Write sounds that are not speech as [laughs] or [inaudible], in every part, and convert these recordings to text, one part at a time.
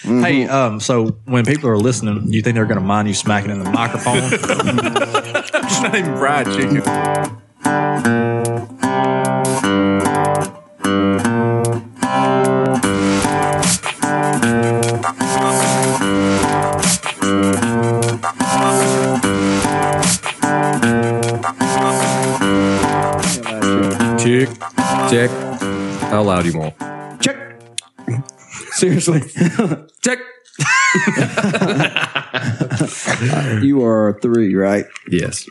Hey, um, so when people are listening, you think they're going to mind you smacking in the microphone? It's not even fried chicken. Check, check. How loud you want? Check. Seriously, Check. you are three, right? Yes.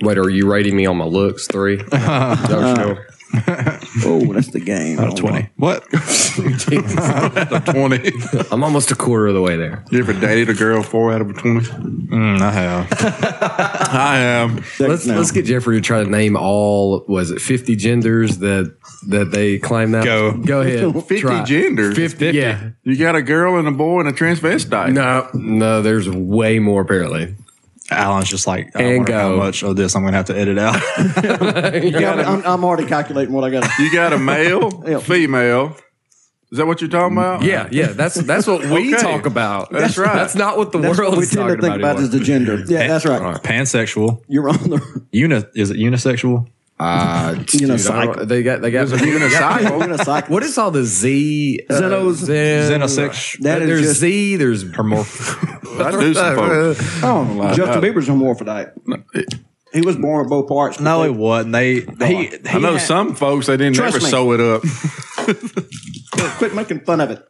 Wait, are you rating me on my looks? [laughs] Three. Is that what you know? Oh, that's the game. Out of 20. [laughs] What? out of 20. I'm almost a quarter of the way there. You ever dated a girl four out of 20? Mm, I have. I am. Let's let's get Jeffrey to try to name all was it 50 genders that that they claim that Go. go [laughs] ahead 50 Try. genders? 50, yeah You got a girl and a boy and a transvestite. no no there's way more apparently Alan's just like, I And wonder how go. much of this I'm going to have to edit out. [laughs] I'm, I'm already calculating what I got. [laughs] You got a male, Yeah. female. Is that what you're talking about? yeah yeah that's that's what we Okay. talk about That's right. that's not what the That's world what we is tend talking to think about anymore. is the gender. Yeah, that's right. Pansexual. You're on the Uni- is it unisexual? Uh, You know, dude, I don't- cycle. they got they got Is it [laughs] even a cycle? unicycle. what is all the Z uh, Xenos- Zen- Xenosex. That is there's just- Z there's [laughs] Hermorph. I knew some folks. Oh, Justin Bieber's a hermaphrodite. He was born with both parts. No, it wasn't. They, he, he I know had- some folks, they didn't Trust ever me. sew it up. quit making fun of it.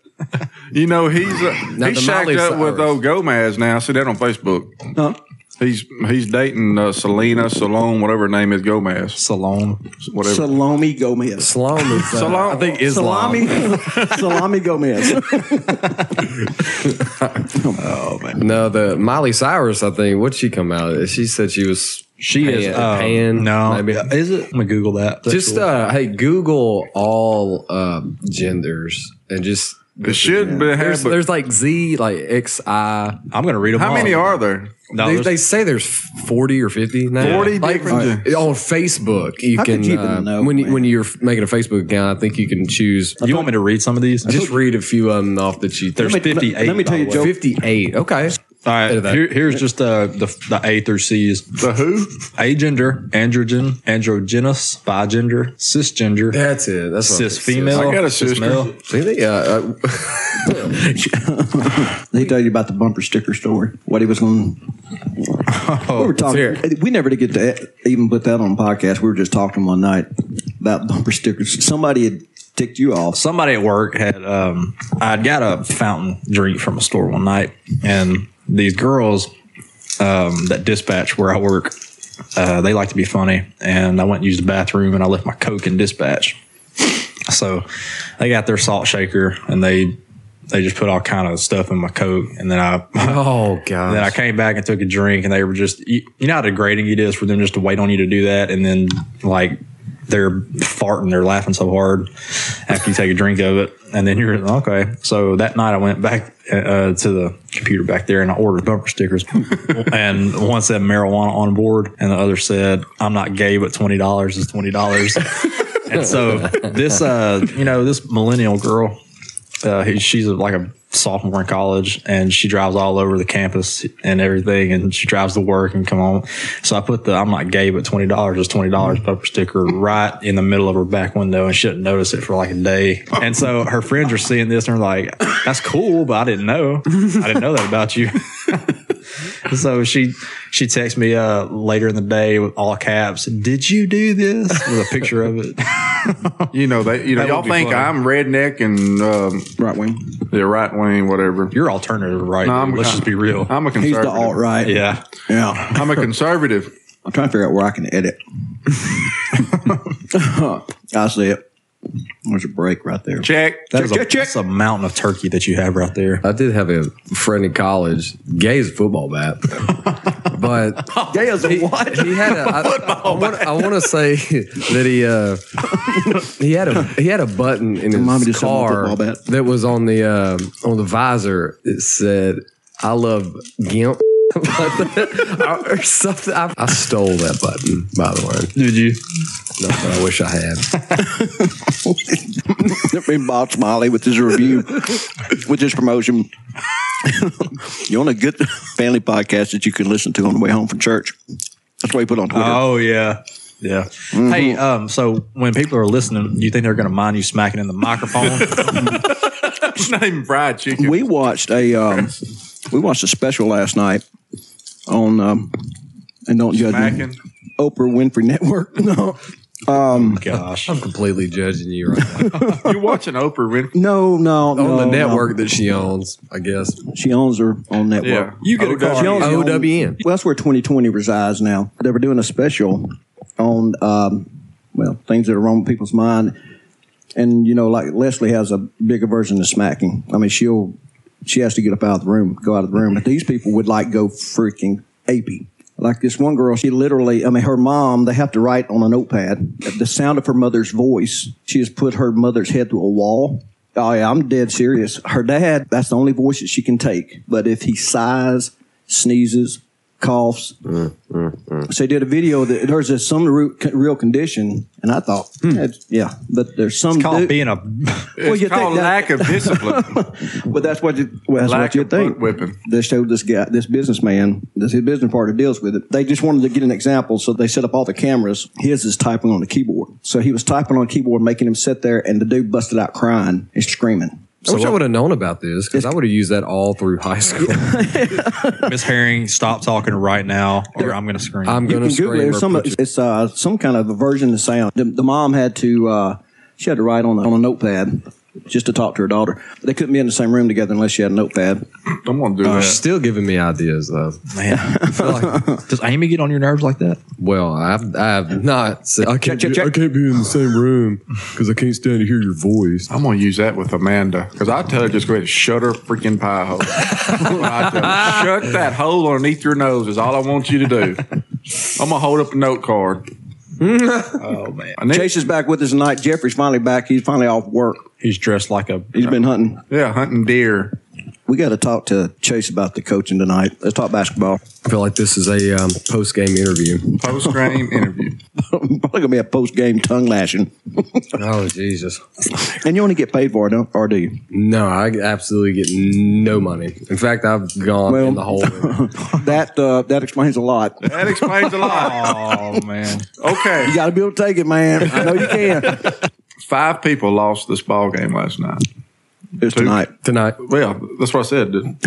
You know, he's uh, he's the shacked Miley up with Cyrus. old Gomez now. I see that on Facebook. Huh? He's he's dating uh, Selena, Salone, whatever her name is, Gomez. Salon. Whatever. Salami Gomez. Islam is uh, Salam. I think Islam Salami, [laughs] salami Gomez. No, the Miley Cyrus. I think what she come out. She said she was She is. pan, uh, pan, no. maybe. Is it? I'm going to Google that. Just uh, hey, Google all um, genders and just It should be. there's, Have, but there's like Z, like X I. I'm going to read them how all. many are there? No, they, there's- they say there's forty or fifty now. 40 Like, different- uh, on Facebook. You How can could you even uh, know, when you, man? when you're making a Facebook account. I think you can choose. you want me to read some of these? Just read a few of them off that you. There's Let me- 58. let me tell by you, the way. Joe. fifty-eight. Okay. All right, Edit that. here- here's just uh, the the A through C's: The who? agender, androgen, androgynous, bigender, cisgender, That's it. That's what I cis think. female. I got a cis sister. male. See, they, uh, uh, They tell you about the bumper sticker story. What he was going. Oh, to we were talking. here. We never did get to even put that on podcast. We were just talking one night about bumper stickers. Somebody had ticked you off. Somebody at work had um, I'd got a fountain drink from a store one night, and these girls um, that dispatch where I work, uh, they like to be funny, and I went and used the bathroom, and I left my coke in dispatch. So they got their salt shaker, and they they just put all kind of stuff in my coke, and then I. [laughs] oh god. Then I came back and took a drink, and they were just you, you know how degrading it is for them just to wait on you to do that, and then like they're farting, they're laughing so hard after you take a drink of it, and then you're okay. So that night I went back uh, to the computer back there and I ordered bumper stickers, and one said marijuana on board, and the other said I'm not gay, but twenty dollars is twenty dollars. and so this uh you know this millennial girl uh, he- she's a, like a sophomore in college and she drives all over the campus and everything and she drives to work and come home so i put the i'm not gay but $20 is Mm-hmm. $20 bumper sticker right in the middle of her back window and she didn't notice it for like a day and so her friends are seeing this and they're like that's cool but i didn't know i didn't know that about you [laughs] so she she texts me uh, later in the day with all caps did you do this with a picture of it [laughs] You know, they, you know, That would y'all be think funny. I'm redneck and um, Right wing. the right wing, whatever. you're alternative right No, I'm- let's just be real I'm a He's conservative. the alt right. yeah Yeah. [laughs] I'm a conservative. I'm trying to figure out where I can edit. [laughs] I see it. There's a break right there. Check. That is a, that's a mountain of turkey that you have right there. I did have a friend in college, gay as a football [laughs] bat, but Gay as a Oh, he, what? he had a. I, I, want, I want to say [laughs] that he [laughs] uh, he had a he had a button in his Mommy just said my car football bat. that was on the uh, on the visor. It said, "I love gimp." [laughs] or something. I, I stole that button, by the way. Did you? No, but I wish I had. Bring Bob Smiley with his review, with his promotion. [laughs] you want a good family podcast that you can listen to on the way home from church. That's what he put on Twitter. Oh yeah. Yeah. Mm-hmm. Hey, um, so when people are listening, do you think they're going to mind you smacking in the microphone? Oh It's not even [laughs] fried chicken. we watched a um, we watched a special last night on um, and don't judge me, Smacking. Oprah Winfrey Network. [laughs] No, Gosh. I'm completely judging you right now. You're watching Oprah [laughs] Winfrey. no, no, On no, the no. network that she owns, I guess. She owns her own network. Yeah. You get a OW. card. She owns- OWN. Well, that's where 2020 resides now. They were doing a special on, um, well, things that are wrong with people's mind. And, you know, like Leslie has a big aversion to smacking. I mean, she'll, she has to get up out of the room, go out of the room. But these people would like go freaking apey. Like this one girl, she literally, I mean, her mom, they have to write on a notepad. The sound of her mother's voice, she has put her mother's head through a wall. Oh, yeah, I'm dead serious. Her dad, that's the only voice that she can take. But if he sighs, sneezes, coughs. So they did a video that there's a, some re- real condition, and I thought, that's- yeah, but there's some. It's called dude- being a. well, you It's called think that, lack of discipline. [laughs] but that's what you, well, that's lack what you of butt think. whipping. They showed this guy, this businessman, this his business partner deals with it. They just wanted to get an example, so they set up all the cameras. His is typing on the keyboard, so he was typing on the keyboard, making him sit there, and the dude busted out crying and screaming. I wish I would have known about this because I would have used that all through high [laughs] school. Miss Herring, stop talking right now, or I'm going to scream. I'm You going to can Google scream. it. It's Or Some, put you- it's uh, some kind of aversion to sound. The, the mom had to, uh, she had to write on a, on a notepad just to talk to her daughter. They couldn't be in the same room together unless she had a notepad. I'm gonna Oh, do You're that. still giving me ideas, though. Man, I feel like- [laughs] does Amy get on your nerves like that? well, I've, I've not. Said, I, can't Check, be- check, check. I can't be in the same room because I can't stand to hear your voice. I'm gonna use that with Amanda because I tell her just go ahead and shut her freaking [laughs] pie hole. I tell her, shut that hole underneath your nose is all I want you to do. I'm gonna hold up a note card. Oh man, I need, Chase is back with us tonight. Jeffrey's finally back. He's finally off work. he's dressed like a. [laughs] He's been hunting. yeah, hunting deer. We got to talk to Chase about the coaching tonight. Let's talk basketball. [laughs] I feel like this is a um, post game interview. Post [laughs] game interview. Probably gonna be a post game tongue lashing. Oh, Jesus. And you only get paid for it, don't, or do you? No, I absolutely get no money. In fact, I've gone Well- in the hole. [laughs] That uh, that explains a lot. That explains a lot. Oh man, Okay, You got to be able to take it, man. I know you can. five people lost this ball game last night. It's tonight. tonight. Well, that's what I said. Did-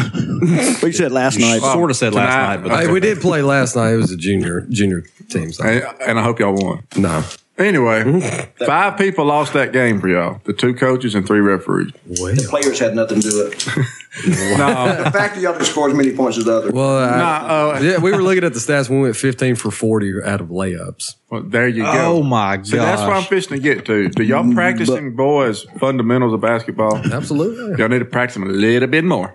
We said last night. sort of said last night, but Hey, we did play last night. It was a junior junior team. So. And, and I hope y'all won. No. Anyway, five people lost that game for y'all. The two coaches and three referees. Well, Players had nothing to do with it. No, The fact that y'all can score as many points as the other. well I- Nah, uh, yeah, we were looking at the stats. We went 15 for 40 out of layups. well, there you go. oh my So that's what I'm gosh, fishing to get to. Do y'all practicing boys fundamentals of basketball? Absolutely. Y'all need to practice them a little bit more.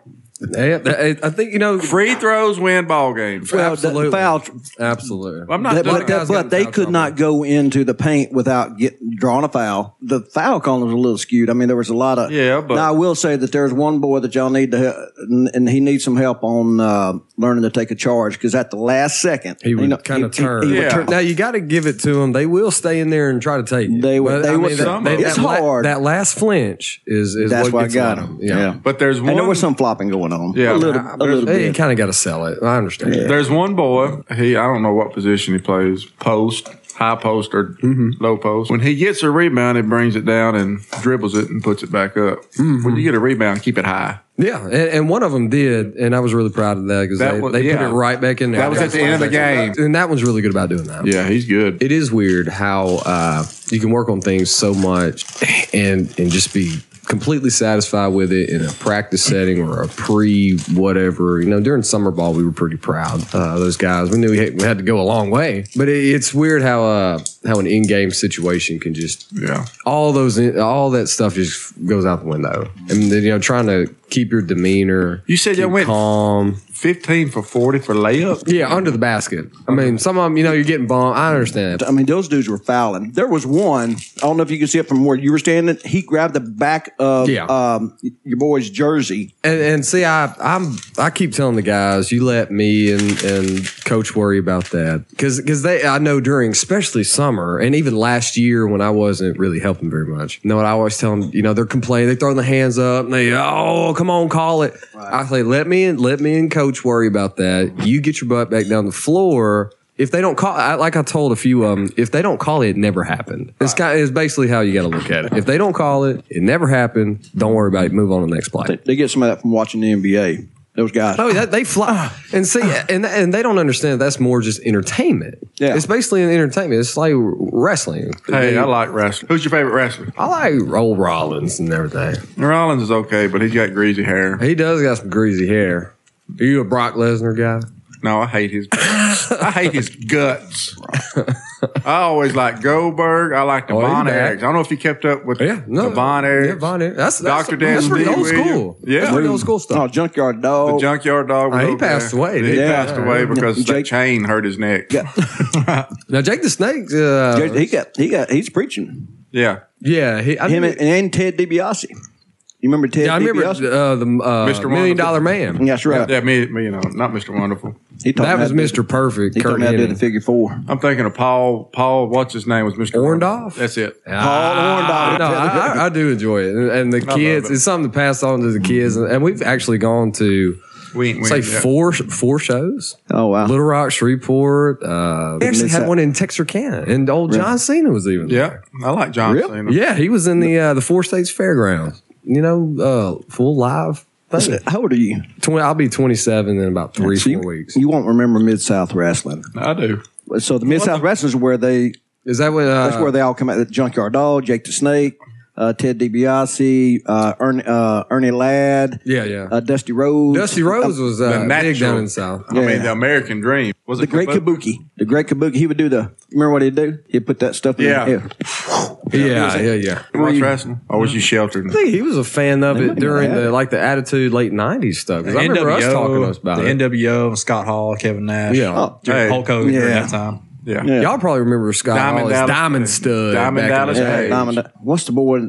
Yeah, that- I I think, you know, Free throws win ball games. Well, absolutely. The foul, absolutely. I'm not but, doing but, it. that- but they could not go into the paint without get, drawing a foul. The foul calling was a little skewed. I mean, there was a lot of. Yeah, but- now I will say that there's one boy that y'all need to, he- and- and he needs some help on uh, learning to take a charge because at the last second He would kind of turn. would Yeah. turn. Now you got to give it to them. They will stay in there and try to take it. They would- But, they I would- mean, that- some they- of them. that It's la- hard. That last flinch is is That's what why I gets got them. him. Yeah. But there's one. and there was some flopping going on. Yeah. a little, Uh, a little Hey, you bit. kind of got to sell it. I understand. There's one boy. He I don't know what position he plays. Post, high post, or Mm-hmm. low post. When he gets a rebound, he brings it down and dribbles it and puts it back up. Mm-hmm. When you get a rebound, keep it high. Yeah, and, and one of them did, and I was really proud of that because That they, was- they yeah. put it right back in there. That was at the end of the game. and that one's really good about doing that. Yeah, he's good. It is weird how uh, you can work on things so much and and just be completely satisfied with it in a practice setting or a pre whatever. You know, during summer ball, we were pretty proud. Uh, those guys, we knew we had, we had to go a long way, but it, it's weird how uh, how an in game situation can just Yeah. all those all that stuff just goes out the window. And then, you know, trying to keep your demeanor. You said keep y'all went- calm. 15 for 40 for layup. Yeah, under the basket. I mean, some of them, you know, you're getting bombed. I understand. I mean, those dudes were fouling. There was one. I don't know if you can see it from where you were standing. He grabbed the back of Yeah. um, your boy's jersey. And, and see, I I'm I keep telling the guys, you let me and, and coach worry about that because they I know during especially summer and even last year when I wasn't really helping very much. You know what I always tell them? You know they're complaining, they're throwing the hands up, and they oh come on call it. I say let me and let me and coach worry about that. You get your butt back down the floor. If they don't call, I, like I told a few of them, if they don't call it, it never happened. It's kind it's basically how you got to look at it. If they don't call it, it never happened. Don't worry about it. Move on to the next play. They, they get some of that from watching the NBA. Those guys. Oh, that, they fly Ah. and see, and and they don't understand that's more just entertainment. Yeah. it's basically an entertainment. It's like wrestling. Hey, I like wrestling. Who's your favorite wrestler? I like Roll Rollins and everything. Rollins is okay, but he's got greasy hair. He does got some greasy hair. Are you a Brock Lesnar guy? No, I hate his. I hate his guts. [laughs] I always like Goldberg. I like the Oh, he's Von back. Erichs. I don't know if you kept up with the Von Erichs. Yeah, Von Erichs. That's, that's Dr. That's Dan pretty old Stevens. school. Yeah. that's pretty old school stuff. Oh, junkyard dog. The junkyard dog. was Uh, he over passed there. away, Oh, He didn't he? passed Yeah. away because the Jake- chain hurt his neck. [laughs] Yeah. Oh. Now Jake the Snake. Uh, he got he got he's preaching Yeah. yeah, he, I, him mean, and, and Ted DiBiase. You remember Ted? yeah, I remember uh, DiBiase? the uh, Mr. Wonderful. Million Dollar Man. That's right. Yeah, me, me, you know, not Mr. Wonderful. He taught That me was how to- Mr. Perfect. He taught Kurt me how to do Hennig. the figure four. I'm thinking of Paul. Paul, what's his name? Was Mr. Orndorff? That's it. Ah, Paul Orndorff. No, I, I, I do enjoy it, and, and the love kids. it. Mm-hmm. It's something to pass on to the kids, and, and we've actually gone to We ain't say winning yet. four four shows. [laughs] Oh wow. Little Rock, Shreveport. Uh, we Uh-huh. actually miss had that. one in Texarkana, and old John Cena was even. Yeah, I like John Really? Cena. there. yeah, he was in the uh, the Four States Fairgrounds. You know, uh, full live. thing. Listen, How old are you? Twenty. I'll be twenty seven in about three So you, four weeks. you won't remember Mid South Wrestling. I do. So the Mid South Wrestling is where they Is that what? Uh, that's where they all come out. The Junkyard Dog, Jake the Snake, uh, Ted DiBiase, uh, Ernie, uh, Ernie Ladd, yeah, yeah. uh, Dusty Rhodes, Dusty Rose Uh, was uh, big natural. down in South. I mean, Yeah. the American Dream. Was it the Great Kabuki? Kabuki. The Great Kabuki. He would do the. Remember what he'd do? He'd put that stuff. in Yeah. the- Yeah, yeah, yeah. Watch wrestling. Or was you sheltered? I think he was a fan of it might be during bad. the like the Attitude late '90s stuff. 'Cause I remember us talking to us about the it. NWO, Scott Hall, Kevin Nash, Yeah. Oh, Dude, Hey. Hulk Hogan during Yeah. that time. Yeah. yeah. Y'all probably remember Scott Diamond Hall as Dallas Diamond Page. Stud. Diamond back in Dallas the Yeah, day. Page. Diamond. What's the boy?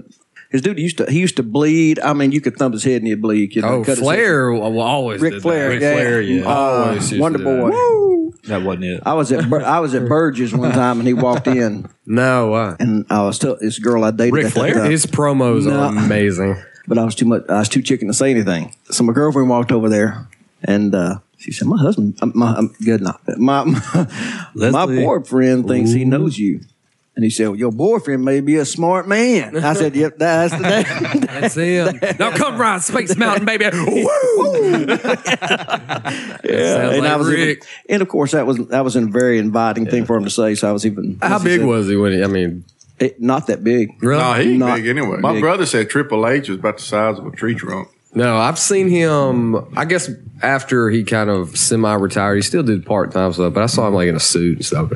His dude used to. He used to bleed. I mean, you could thump his head and he'd bleed. You know, Oh, cut his head. Flair will always Ric did Flair, That. Ric yeah. Flair, yeah. Uh, Always used to Wonder do that. Boy. That wasn't it. I was at Bur- I was at Burgess one time and he walked in No, uh, and I was still this girl I dated. [laughs] Ric at that Flair? time. his promos are No. amazing. but I was too much. I was too chicken to say anything. So my girlfriend walked over there, and uh, she said, "My husband, uh, my um, good night, [laughs] my my, my Leslie. boyfriend thinks he knows you." And he said, well, "Your boyfriend may be a smart man." I said, "Yep, that's [laughs] the name." [laughs] That's him. now come ride Space Mountain, baby. Woo! Sounds and I like was even- Rick. and of course that was that was a very inviting thing for him to say. So I was even How as he big said, was he when he? I mean, it? Not that big. really? No, he ain't Not big anyway. My big. brother said Triple H was about the size of a tree trunk. No, I've seen him. I guess after he kind of semi-retired, he still did part-time stuff. But I saw him like in a suit and stuff,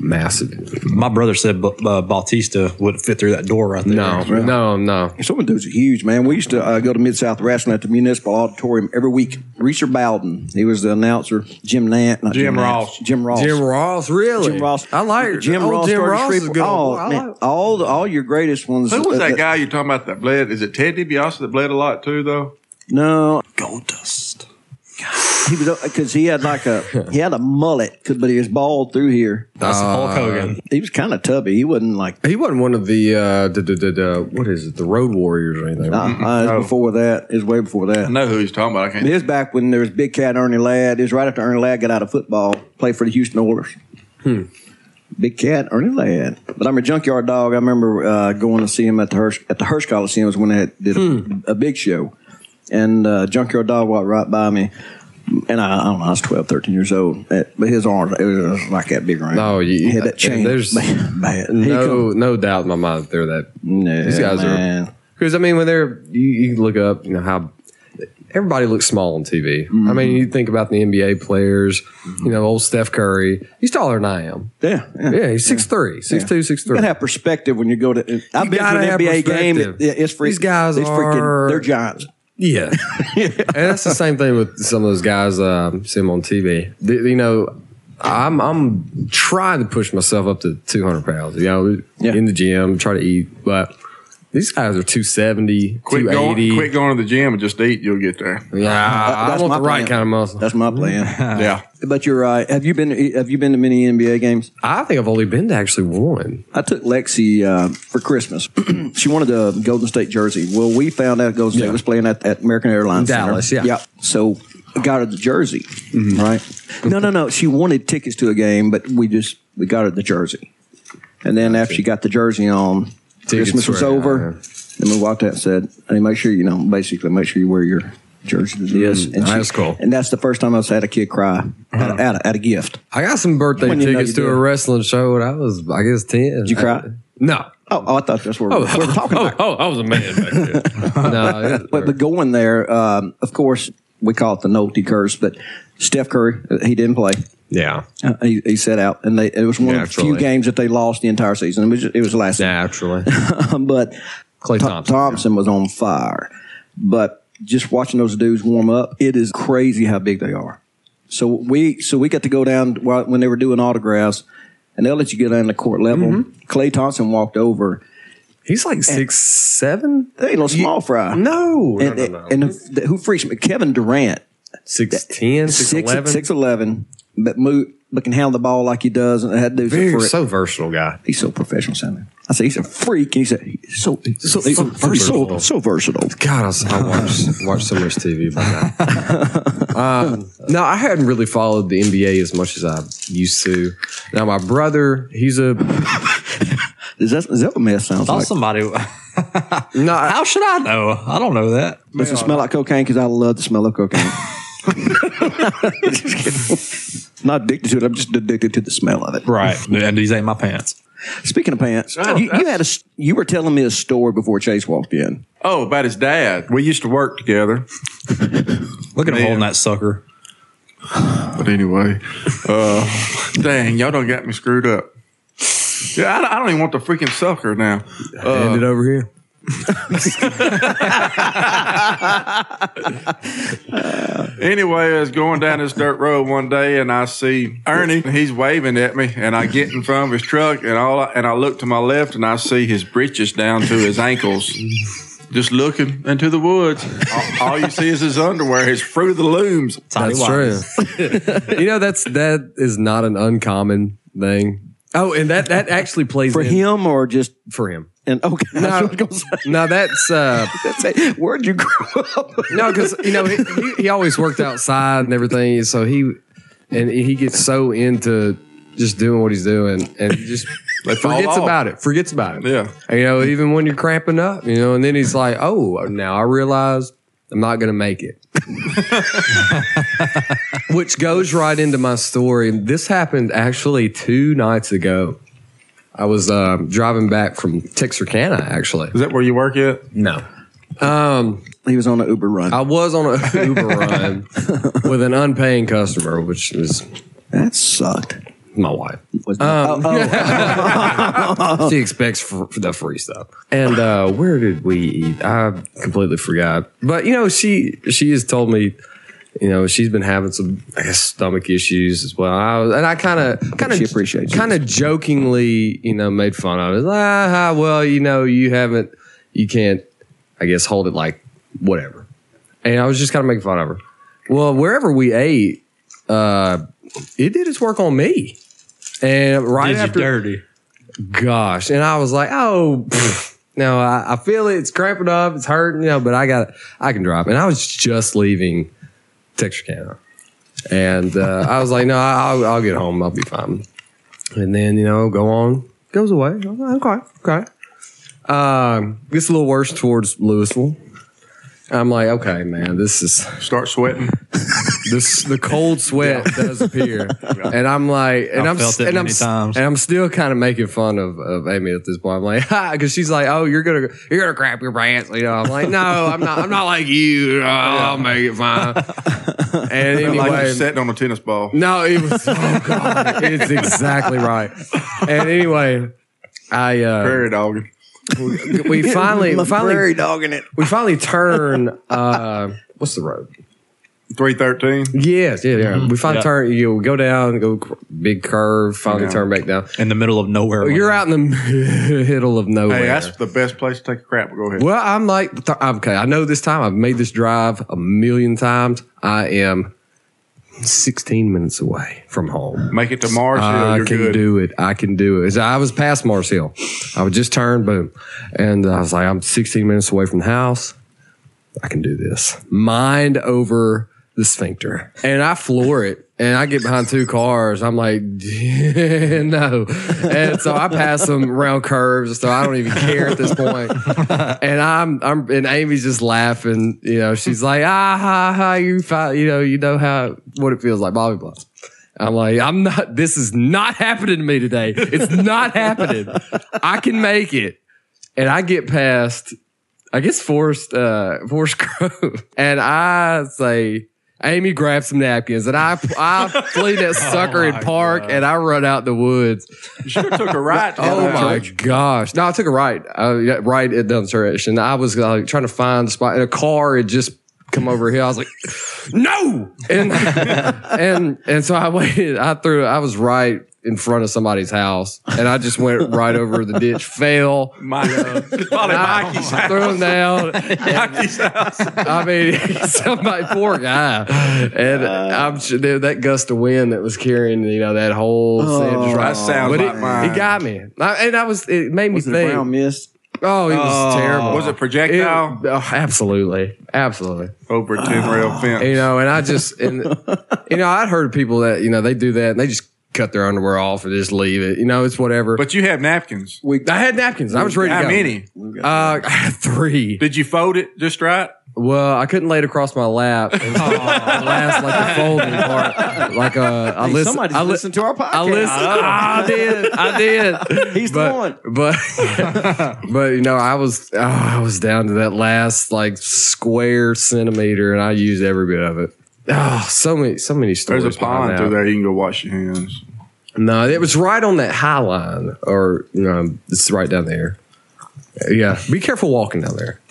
massive. My brother said B- uh, Bautista would fit through that door right there. No, no, no. Some of those are huge, man. We used to uh, go to Mid South Wrestling at the Municipal Auditorium every week. Reacher Bowden, he was the announcer. Jim Nant, not Jim Jim, Nantz. Ross. Jim Ross. Jim Ross, really? Jim Ross. I like Jim old Ross. Jim started Ross is a Shreveport. good. Oh, old boy. I man, like- all the, all your greatest ones. Who uh, was uh, that guy you talking about that bled? Is it Ted DiBiase that bled a lot too, though? No, Gold dust. he was because he had like a he had a mullet, but he was bald through here. Uh-huh. That's Hulk Hogan. He was kind of tubby. He wasn't like He wasn't one of the uh, da, da, da, da, what is it? The Road Warriors or anything? uh, uh, it was before that. It was way before I that. know who he's talking about. I can't. It was back when there was Big Cat and Ernie Ladd. It was right after Ernie Ladd got out of football, played for the Houston Oilers. Hmm. Big Cat, Ernie Ladd. But I'm a junkyard dog. I remember uh, going to see him at the Hirsch at the Hirsch Coliseum was when they had, did a, Hmm. a big show, and uh, junkyard dog walked right by me. And I, I don't know, I was 12, 13 years old. Uh, But his arms, it was just like that big around. Oh, you- he had that uh, chain. [laughs] there's man, man. He No, come- no doubt in my mind that they're that. no, These guys are- man. Because I mean, when they're you, you can look up, you know how everybody looks small on TV. I mean, Mm-hmm. you think about the NBA players, you know, old Steph Curry. He's taller than I am. Yeah, yeah. Yeah, he's 6'3", 6'2", You 6'3". gotta have perspective when you go to. I've been gotta to have an NBA game. It, perspective. it's freaking. These guys it's are- freaking. They're giants. [laughs] Yeah. and that's the same thing with some of those guys um, see them on TV. Th- you know, I'm I'm trying to push myself up to 200 pounds. You know, Yeah. in the gym, try to eat, but These guys are 270, Quit going, 280. quit going to the gym and just eat. You'll get there. Yeah, I Ah, that's want my the right plan. kind of muscle. That's my [laughs] plan. Uh. Yeah. but you're right. Have you been? Have you been to many NBA games? I think I've only been to actually one. I took Lexi uh, for Christmas. [clears throat] she wanted a Golden State jersey. Well, we found out Golden State Yeah. was playing at, at American Airlines Center. Dallas, yeah. Mm-hmm. yeah. So I got her the jersey, right? No, no, no. She wanted tickets to a game, but we just we got her the jersey. And then after she got the jersey on, Tickets Christmas was were out, over. And we walked out and said, "Hey, make sure you know, basically, make sure you wear your." Jersey to this, and Mm-hmm. that's cool. Uh-huh. And that's the first time I've had a kid cry at, a, at, a, at a gift. I got some birthday When you know tickets you to did. a wrestling show when I was, I guess, 10. Did you cry? no. Oh, oh I thought that's what we were, we were [laughs] talking about. oh, I was a man back [laughs] then. no, it- But, but going there, um, of course, we call it the novelty curse. But Steph Curry, uh, he didn't play. yeah, Uh, He, he set out, and they, it was one of the Naturally. few games that they lost the entire season. It was it was the [laughs] last. naturally. season. [laughs] But Clay Tho- Thompson. was on fire. But just watching those dudes warm up, it is crazy how big they are. So we so we got to go down while, when they were doing autographs, and they'll let you get down to court level. Clay Thompson walked over. He's like six seven. They ain't no small fry. No, And, and the- who freaks me? Kevin Durant six ten, six six eleven. six eleven, but move, but can handle the ball like he does, and had to do Very for it. so versatile guy. He's so professional sounding. I said he's a freak, and he said he's so he's so, he's so, so he's so, versatile. so versatile. God, I, was- I [laughs] watched watched so much TV by now. [laughs] um, no, I hadn't really followed the NBA as much as I used to. Now my brother, he's a Is that is that what mess sounds Thought like? somebody. no. I- How should I know? I don't know that. Does it smell like cocaine? Because I love the smell [laughs] of cocaine. [laughs] Just kidding. Not addicted to it. I'm just addicted to the smell of it. Right. [laughs] And these ain't my pants. Speaking of pants, Oh, you, you had a s- you were telling me a story before Chase walked in. Oh, about his dad. We used to work together. Look at him Man. holding that sucker. But anyway, uh, [laughs] dang, y'all done got me screwed up. Yeah, I, don't- I don't even want the freaking sucker now. Hand it over here. Anyway, I was Uh, going down this dirt road one day and I see Ernie. He's waving at me, and I get in front of his truck, and all I, and I look to my left, and I see his britches down to his ankles, just looking into the woods. All, all you see is his underwear, his fruit of the looms. Tiny That's whities. true. [laughs] you know, that's that is not an uncommon thing. Oh, and that that actually plays For in- him or just for him. and okay, [laughs] that's what I was gonna say. No, that's uh, Say, where'd you grow up? No, because you know he, he, he always worked outside and everything, so he and he gets so into just doing what he's doing and he just like fall forgets off. about it. Forgets about it. Yeah. And, you know, even when you're cramping up, you know, and then he's like, "Oh, now I realize I'm not gonna make it," [laughs] which goes right into my story. This happened actually two nights ago. I was um, driving back from Texarkana, actually. Is that where you work at? No. He was on an Uber run. I was on a Uber run with an unpaying customer, which is That sucked. my wife. Was oh, not- Um, [laughs] She expects fr- the free stuff. And uh, where did we eat? I completely forgot. But you know, she she has told me, you know, she's been having some I guess stomach issues as well. I was, and I kind of kind of She appreciates you. kind of jokingly, you know, made fun of it. Ah, well, you know, you haven't, you can't, I guess, hold it like whatever. And I was just kind of making fun of her. Well, wherever we ate, uh, it did its work on me. And right Did you after, dirty? gosh. And I was like, oh, pfft, no, I, I feel it. It's cramping up. It's hurting, you know, but I got, I can drop. And I was just leaving Texarkana. And uh, I was like, no, I- I'll, I'll get home. I'll be fine. And then, you know, go on, goes away. I was like, okay, okay. Um, gets a little worse towards Louisville. I'm like, okay, man, this is Start sweating. this the cold sweat does appear, and I'm like, and I've i am felt it and I'm many s- times. and I'm still kind of making fun of, of Amy at this point. I'm like, [laughs] ha, because she's like, oh, you're gonna you're gonna crap your pants, you know. I'm like, no, I'm not. I'm not like you. Oh, I'll make it fine. And anyway, Like you're sitting on a tennis ball. no, it was. Oh God, it's exactly right. And anyway, I uh, Prairie dogging. we [laughs] finally [laughs] My finally prairie dog in it. we finally turn uh what's the road Three thirteen. Yes, yeah, yeah. We find Mm-hmm. Yeah. a turn, you go down, go cr- big curve, finally Yeah. turn back down. in the middle of nowhere. You're out in the [laughs] middle of nowhere. Hey, that's the best place to take a crap. Go ahead. Well, I'm like, th- okay, I know this time. I've made this drive a million times. I am 16 minutes away from home. Make it to Mars Hill. I you're can good. do it. I can do it. So I was past Mars Hill. I would just turn, boom. And I was like, I'm 16 minutes away from the house. I can do this. Mind over the sphincter. And I floor it. And I get behind two cars. I'm like, [laughs] no. And so I pass some round curves. So I don't even care at this point. And I'm, I'm, and Amy's just laughing. You know, she's like, ah, ha, ha, you, fi-, you know, you know how, what it feels like, blah, blah, blah. I'm like, I'm not, this is not happening to me today. It's not happening. I can make it. And I get past, I guess, Forrest, uh, Forrest [laughs] Grove. And I say, Amy grabs some napkins and I, I fling that sucker in park and I run out the woods. You sure took a right. to [laughs] Oh that my church. gosh. No, I took a right, uh, yeah, right in the direction. I was like trying to find a spot and a car had just come over here. I was like, [laughs] no. And, [laughs] and, and so I waited, I threw, I was right in front of somebody's house and I just went right over the ditch, fell. My uh, God. It's probably [laughs] Mikey's house. Threw him down. Mikey's house. I mean, [laughs] somebody, poor guy. And Uh, I'm sure dude, that gust of wind that was carrying, you know, that whole Oh. sand just That sounds But like it, mine. it got me. I, and I was, it made me Was it think. brown mist? Oh, it was Oh. terrible. Was it It- projectile? oh, absolutely, absolutely. Over a ten rail fence. You know, and I just, [laughs] and you know, I'd heard of people that you know they do that and they just cut their underwear off and just leave it. You know, it's whatever. But you have napkins. We I had napkins. I was ready to How go. many? Uh, [laughs] I had three. Did you fold it just right? Well, I couldn't lay it across my lap. And so the last like the folding part, like uh, I listen. somebody's I li- listened to our podcast. I listened. I did. [laughs] I did. He's the but, one. But [laughs] but you know, I was oh, I was down to that last like square centimeter, and I used every bit of it. Oh, so many, so many stories. There's a behind pond that. through there. You can go wash your hands. No, it was right on that high line, or you know, it's right down there. Yeah, be careful walking down there. [laughs]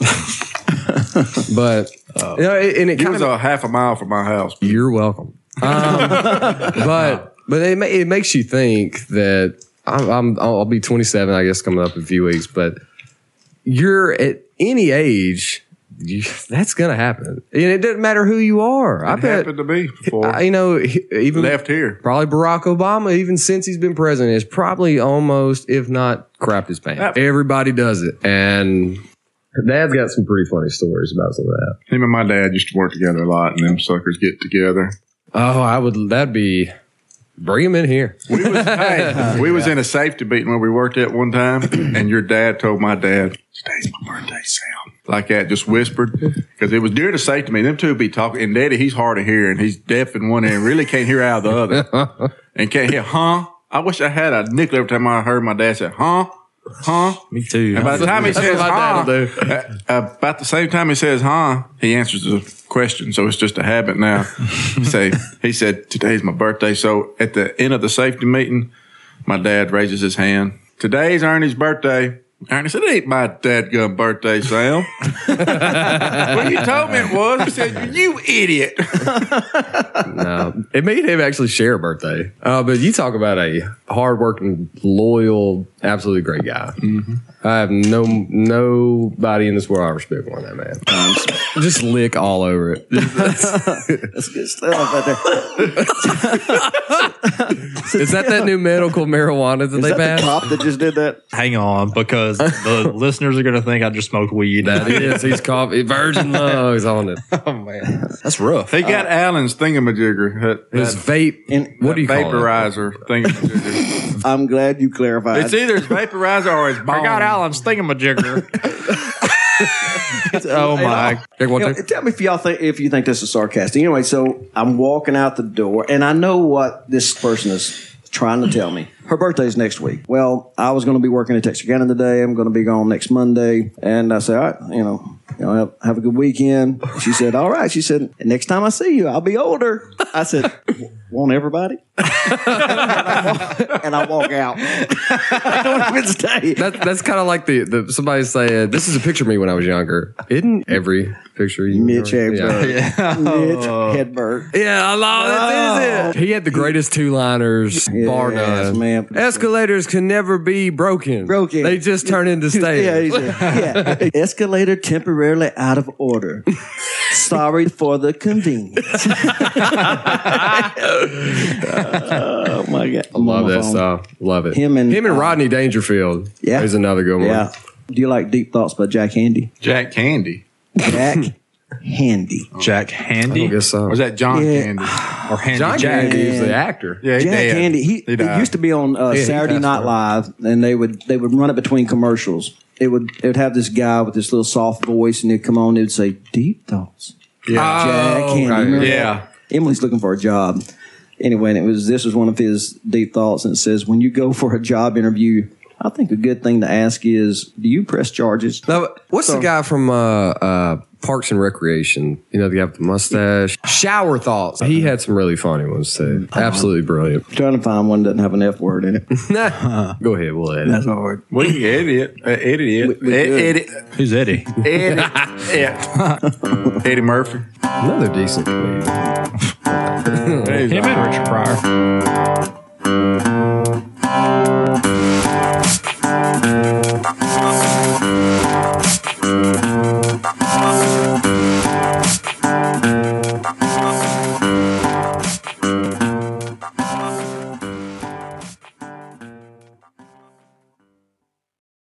but you know, it, and it It kind Oh. was of a half a mile from my house. You're welcome. [laughs] Um, but but it ma- it makes you think that I'm, I'm I'll be 27, I guess, coming up in a few weeks. But you're at any age, you, that's gonna happen, and it doesn't matter who you are. I It bet happened to me before. I, you know he- even left here. probably Barack Obama, even since he's been president, has probably almost, if not, crapped his pants. Yep. Everybody does it, and. Dad's got some pretty funny stories about some of that. Him and my dad used to work together a lot, and them suckers get together. Oh, I would. That'd be bring him in here. We was, hey, we was in a safety meeting where we worked at one time, [clears throat] and your dad told my dad, "Today's my birthday, Sam." Like that, just whispered because it was during the safety meeting. Them two be talking, and Daddy, he's hard of hearing. He's deaf in one ear, and really can't hear out of the other, [laughs] and can't hear. Huh? I wish I had a nickel every time I heard my dad say, "Huh." Huh? Me too. And by the time he That's says what my huh, dad'll do. uh, about the same time he says huh, he answers the question. So it's just a habit now. Say he said today's my birthday. So at the end of the safety meeting, my dad raises his hand. Today's Ernie's birthday. Ernie said, "It ain't my dadgum birthday, Sam." [laughs] well, you told me it was. He said, "You idiot." No, it made him actually share a birthday. Uh, but you talk about a hardworking, loyal, absolutely great guy. I have no nobody in this world I respect more than that man. Just lick all over it. [laughs] That's good stuff right there. Is that that new medical marijuana that Is they that the passed? cop that just did that? Hang on, because the listeners are going to think I just smoked weed. that is, he's coffee virgin lungs on it. oh man, that's rough. They got Alan's thingamajigger, that, His that vape. In- what do you call it? vaporizer thingamajigger. I'm glad you [laughs] clarified. it's either his vaporizer or his bomb. I got Alan's thingamajigger. [laughs] oh my! Take one, You know, take- tell me if y'all think if you think this is sarcastic. Anyway, so I'm walking out the door, and I know what this person is trying to tell me. Her birthday's next week. Well, I was going to be working in Texarkana today. I'm going to be gone next Monday, and I said, all right, you know. You know, have, have a good weekend. She said, "All right." She said, "Next time I see you, I'll be older." I said, "Want everybody?" [laughs] and I walk out. [laughs] I don't even stay. That, that's kind of like the, the somebody saying, "This is a picture of me when I was younger." Isn't every picture you Mitch uh, Yeah. Hedberg. Mitch Hedberg. Yeah, I love it. This is it. He had the greatest two liners, bar Yes, none. man. Escalators can never be broken. Broken. They just turn into [laughs] Yeah, stairs. he's a- yeah. Escalator temporarily out of order. Sorry for the convenience. oh my god! [laughs] I Love that stuff. Love it. Him and- him and uh, Rodney Dangerfield. Yeah. is another good one. Yeah. Do you like Deep Thoughts by Jack Handy? Jack Candy. Jack Handy. [laughs] Jack I Handy guess so. Or is that John Yeah. Candy? or Handy John Jack. Candy is Man. the actor. Yeah, he Jack dead. Handy. He, He it died. used to be on uh, he Saturday passed Night away. Live, and they would they would run it between commercials. It would it would have this guy with this little soft voice, and he'd come on. and It'd say Deep Thoughts. Yeah. Jack Oh, Handy. right. Remember Yeah. Emily's looking for a job. Anyway, and it was this was one of his deep thoughts, and it says, "When you go for a job interview, I think a good thing to ask is, do you press charges?" Now, what's the guy from uh, uh, Parks and Recreation? You know, the guy with the mustache. Shower thoughts. He had some really funny ones too. Uh-huh. Absolutely [laughs] brilliant. trying to find one that doesn't have an F word in it. Go ahead, we'll edit. That's hard. We can edit it. Uh, edit it. we Ed- could. edit Who's Eddie? [laughs] Edit it. Yeah. Eddie Murphy. Another decent. comedian. Hey, Him and Richard Pryor.